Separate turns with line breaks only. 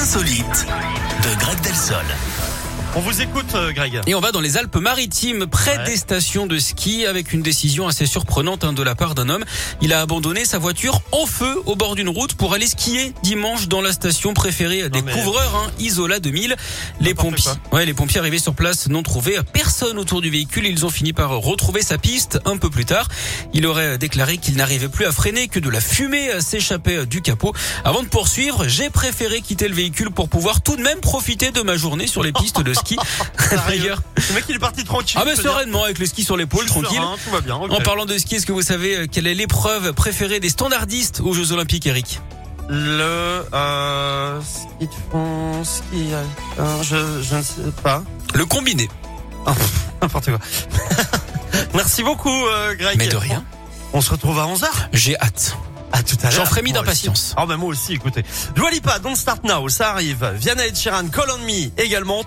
insolites de Greg Delsol.
On vous écoute, euh, Greg.
Et on va dans les Alpes-Maritimes, près
Ouais.
des stations de ski, avec une décision assez surprenante hein, de la part d'un homme. Il a abandonné sa voiture en feu au bord d'une route pour aller skier dimanche dans la station préférée des
mais-
couvreurs, hein, Isola 2000. Les
N'importe
pompiers, ouais, les pompiers arrivés sur place n'ont trouvé personne autour du véhicule. Ils ont fini par retrouver sa piste un peu plus tard. Il aurait déclaré qu'il n'arrivait plus à freiner, que de la fumée euh, s'échappait euh, du capot. Avant de poursuivre, j'ai préféré quitter le véhicule pour pouvoir tout de même profiter de ma journée sur les pistes de ski. D'ailleurs,
Le mec, il est parti tranquille.
ah mais
je veux dire.
sereinement avec le ski sur l'épaule,
Je suis
tranquille.
serein, tout va bien. ok.
En parlant de ski, est-ce que vous savez euh, quelle est l'épreuve préférée des standardistes aux Jeux Olympiques, Eric
Le euh, ski de fond, ski. euh, je, je ne sais pas.
Le combiné.
N'importe quoi. Merci beaucoup, euh, Greg.
Mais de rien.
On se retrouve à 11h.
J'ai hâte.
À tout à l'heure.
J'en frémis
Moi
d'impatience.
aussi. Ah, ben moi aussi, écoutez. Dua Lipa, Don't Start Now, ça arrive. Viana et Sheeran, Call on Me également.